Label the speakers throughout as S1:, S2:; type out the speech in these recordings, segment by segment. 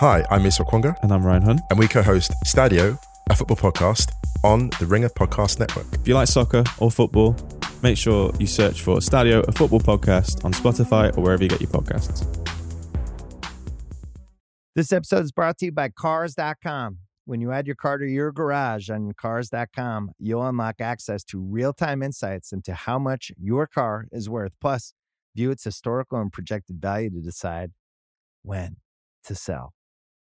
S1: Hi, I'm Miss Okwonga,
S2: And I'm Ryan Hun.
S1: and we co host Stadio, a football podcast on the Ringer Podcast Network.
S2: If you like soccer or football, make sure you search for Stadio, a football podcast on Spotify or wherever you get your podcasts.
S3: This episode is brought to you by Cars.com. When you add your car to your garage on Cars.com, you'll unlock access to real time insights into how much your car is worth, plus, view its historical and projected value to decide when to sell.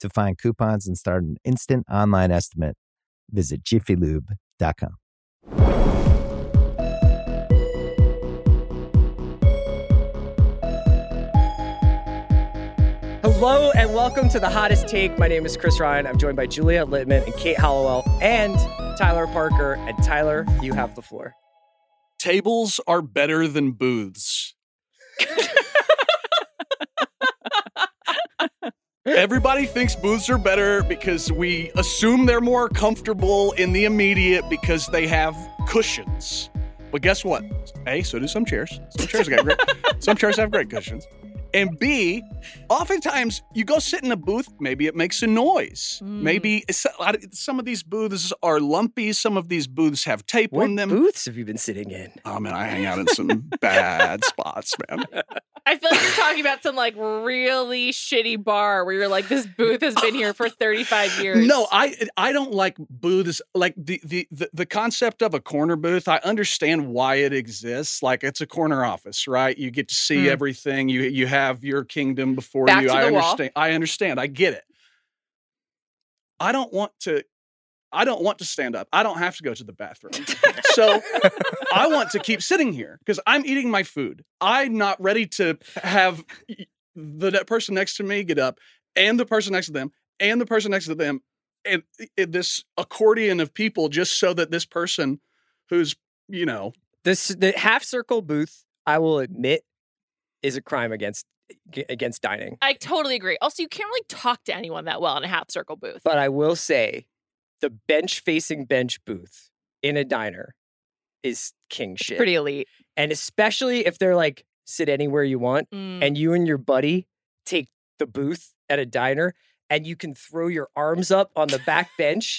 S3: To find coupons and start an instant online estimate, visit jiffylube.com.
S4: Hello and welcome to the hottest take. My name is Chris Ryan. I'm joined by Juliet Littman and Kate Hollowell and Tyler Parker. And Tyler, you have the floor.
S5: tables are better than booths. Everybody thinks booths are better because we assume they're more comfortable in the immediate because they have cushions. But guess what? A, so do some chairs. Some chairs got great. some chairs have great cushions. And B, oftentimes you go sit in a booth. Maybe it makes a noise. Maybe it's- a lot of- some of these booths are lumpy. Some of these booths have tape
S4: What
S5: on them.
S4: booths have you been sitting in?
S5: Oh man, I hang out in some bad spots, man.
S6: I feel like you're talking about some like really shitty bar where you're like, this booth has been here for 35 years.
S5: No, I I don't like booths. Like the, the the the concept of a corner booth, I understand why it exists. Like it's a corner office, right? You get to see
S6: Mm.
S5: everything. You you have your kingdom before
S6: Back
S5: you.
S6: to
S5: I
S6: the wall.
S5: understand. I understand. I get it. I don't want to. I don't want to stand up. I don't have to go to the bathroom. So I want to keep sitting here because I'm eating my food. I'm not ready to have the ne- person next to me get up and the person next to them and the person next to them and i- this accordion of people just so that this person who's, you know,
S4: This the half circle booth. I will admit, is a crime against against dining.
S6: I totally agree. Also, you can't really talk to anyone that well in a half circle booth.
S4: But I will say, the bench facing bench booth in a diner is king shit.
S6: Pretty elite.
S4: and especially if they're like sit anywhere you want.
S6: Mm.
S4: and you and your buddy take the booth at a diner and you can throw your arms up on the back bench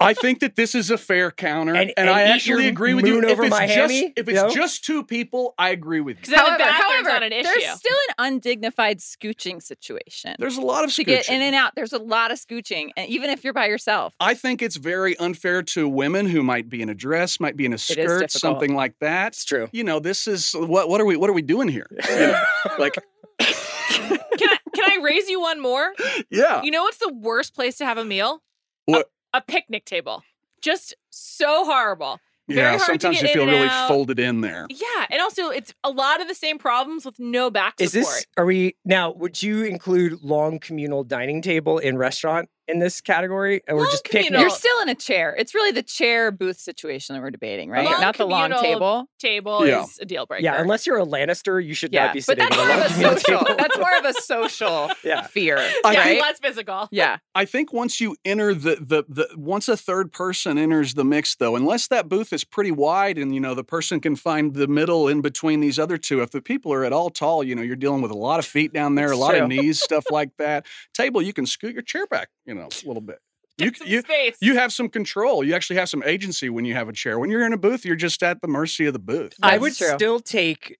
S5: I think that this is a fair counter.
S4: And-
S5: And,
S4: and
S5: I
S4: eat
S5: actually
S4: your
S5: agree with you.
S4: moon over
S5: if it's,
S4: my
S5: just,
S4: hammy,
S5: if it's
S4: you know?
S5: just two people, I agree with you.
S6: Because then the
S7: however,
S6: bathroom's
S7: however,
S6: not an issue.
S7: there's still an undignified scooching situation.
S5: There's a lot of
S7: to
S5: scooching.
S7: get in and out, there's a lot of scooching, and even if you're by yourself,
S5: I think it's very unfair to women who might be in a dress, might be in a skirt,
S7: difficult.
S5: something like that.
S4: that's true
S5: You know, this is what what are we what are we doing here? You know, like
S6: can, I, can I raise you one more?
S4: Uh.
S5: yeah.
S6: You know what's the worst place to have a meal?
S5: What?
S6: A, a picnic table. Just so horrible. Very
S5: Yeah,
S6: hard to
S5: sometimes
S6: get
S5: you
S6: in
S5: feel
S6: and
S5: really
S6: out.
S5: folded in there.
S6: Yeah, and also it's a lot of the same problems with no back
S4: is
S6: support.
S4: this are we now would you include long communal dining table in restaurant in this category or
S6: Long
S4: just
S6: No.
S4: picnic
S7: you're still in a chair. It's really the chair booth situation that we're debating, right?
S6: Long
S7: Not the long
S6: communal
S7: table.
S6: table
S5: Yeah.
S6: is a deal breaker.
S4: yeah unless you're a lannister you should
S7: Yeah,
S4: not be
S7: but
S4: sitting
S7: that's
S4: at
S7: more
S4: a
S7: of
S4: long
S7: a
S4: communal
S7: social.
S4: table
S7: That's more of a social
S4: yeah
S7: fear,
S6: yeah,
S7: right?
S6: less physical.
S7: yeah,
S5: I think once you enter the, the the once a third person enters the mix though, unless that booth is pretty wide and you know the person can find the middle in between these other two. If the people are at all tall, you know you're dealing with a lot of feet down there, a
S4: It's
S5: lot
S4: true.
S5: of knees, stuff like that. Table, you can scoot your chair back, you know, a little bit.
S6: Get
S5: You
S6: some
S5: you
S6: space.
S5: you have some control. You actually have some agency when you have a chair. When you're in a booth, you're just at the mercy of the booth.
S4: i
S7: That's
S4: would
S7: true.
S4: still take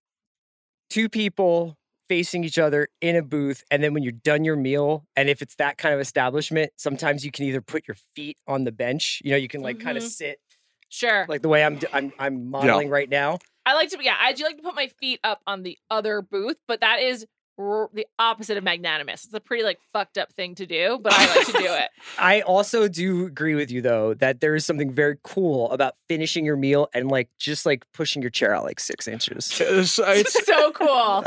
S4: two people facing each other in a booth. And then when you're done your meal, and if it's that kind of establishment, sometimes you can either put your feet on the bench. You know, you can like kind of
S5: Mm-hmm.
S6: Mhm.
S4: sit
S6: Sure.
S4: like the way I'm d- I'm I'm modeling right now.
S6: I like to, yeah, I do like to put my feet up on the other booth, but that is r- the opposite of magnanimous. It's a pretty like fucked up thing to do, but I like to do it.
S4: I also do agree with you though that there is something very cool about finishing your meal and like just like pushing your chair out like six inches.
S5: Uh, It's, it's
S6: It's so cool.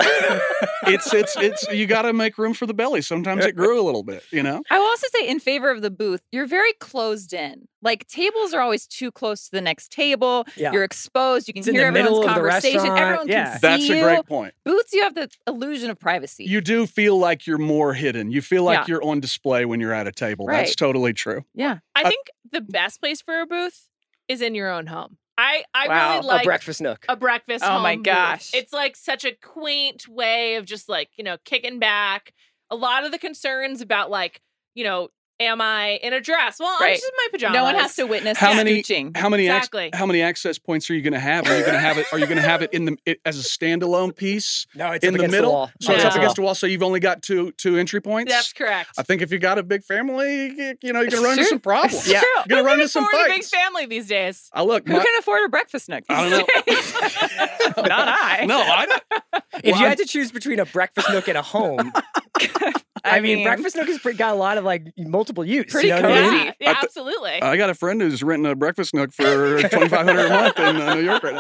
S5: it's it's it's you got to make room for the belly. Sometimes it grew a little bit, you know.
S7: I will also say in favor of the booth, you're very closed in. Like tables are always too close to the next table.
S4: Yeah.
S7: You're exposed. You can
S4: It's in
S7: hear
S4: the
S7: everyone's
S4: middle of the
S7: conversation.
S4: restaurant,
S7: Everyone
S4: yeah.
S7: can see
S5: That's
S7: you.
S5: a great point.
S7: Booths, you have the illusion of privacy.
S5: You do feel like you're more hidden. You feel like
S7: Yeah.
S5: you're on display when you're at a table. That's
S7: Right.
S5: totally true.
S7: yeah.
S6: I think the best place for a booth is in your own home. I, I
S7: Wow.
S6: really like
S4: a breakfast nook.
S6: a breakfast.
S7: Oh my
S6: home booth.
S7: gosh.
S6: It's like such a quaint way of just like you know kicking back. A lot of the concerns about like you know, am I in a dress? Well, I'm
S7: Right.
S6: just in my pajamas.
S7: No one has to witness
S5: How
S7: the
S5: many-
S7: scooching.
S5: How many ac-
S6: Exactly.
S5: how many access points are you going to have? Are you going to have it? Are you going to have it in the it, as a standalone piece
S4: No, it's
S5: in the middle? So it's up
S6: Yeah.
S5: against the wall. So you've only got two two entry points.
S6: That's correct.
S5: I think if you got a big family, you, you know you're going to run into
S7: Sure.
S5: some problems.
S7: Yeah.
S6: True.
S5: You're gonna
S6: Who
S5: run
S6: can
S5: into some
S6: afford a big
S5: fights.
S6: family these days.
S5: I look.
S7: Who
S5: my-
S7: can afford a breakfast nook?
S5: I don't know.
S7: these days? Not I.
S5: No, I don't.
S4: If
S5: Well,
S4: you
S5: I'm-
S4: had to choose between a breakfast nook and a home, I, mean, breakfast nook has pre- got a lot of like multiple use.
S7: Pretty
S4: you know what I mean?
S6: Yeah,
S7: Crazy.
S6: yeah,
S5: I th-
S6: absolutely.
S7: uh,
S5: I got a friend who's renting a breakfast nook for twenty five hundred a month in uh, New York right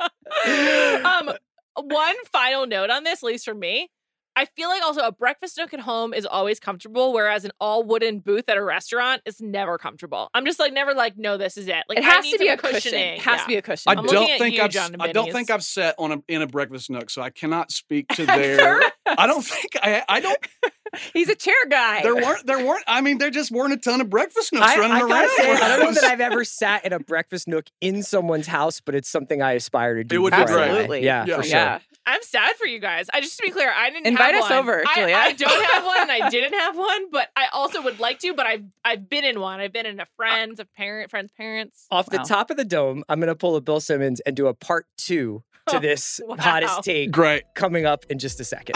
S5: now.
S6: um, one final note on this, at least for me. I feel like also a breakfast nook at home is always comfortable, whereas an all wooden booth at a restaurant is never comfortable. I'm to like never like, no, this is it. Like
S7: it has
S6: I need
S7: to be
S6: some
S7: a cushion.
S6: cushioning.
S7: It has
S6: Yeah.
S7: to be a cushion.
S5: I
S6: I'm
S5: don't
S6: looking at
S5: think
S6: you,
S5: I've
S6: John
S5: I don't think
S6: Dominius.
S5: I've sat on a in a breakfast nook, so I cannot speak to their. I don't think I I don't
S7: He's a chair guy.
S5: there weren't there weren't I mean there just weren't a ton of breakfast nooks
S4: I,
S5: running
S4: I
S5: around.
S4: gotta say, I don't know that
S5: It
S4: I've ever sat in a breakfast nook in someone's house, but it's something I aspire to do.
S5: would be
S4: before I die.
S5: great.
S7: Absolutely.
S4: Yeah,
S5: Yeah.
S4: for sure.
S7: yeah.
S6: I'm sad for you guys. I just to be clear, I didn't
S7: Invite
S6: have
S7: us
S6: one.
S7: over,
S6: I-
S7: Julia.
S6: I, don't have one. and I didn't have one, but I also would like to. But I've I've been in one. I've been in a
S7: Uh,
S6: friend's, a parent, friend's parents.
S4: Off the
S7: Wow.
S4: top of the dome, I'm gonna pull a Bill Simmons and do a part two to this
S6: Wow.
S4: hottest take
S5: Great.
S4: coming up in just a second.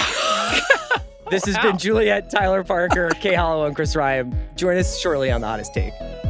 S4: this has been Juliet, Tyler Parker, Kay Hollow, and Chris Ryan. Join us shortly on the hottest take.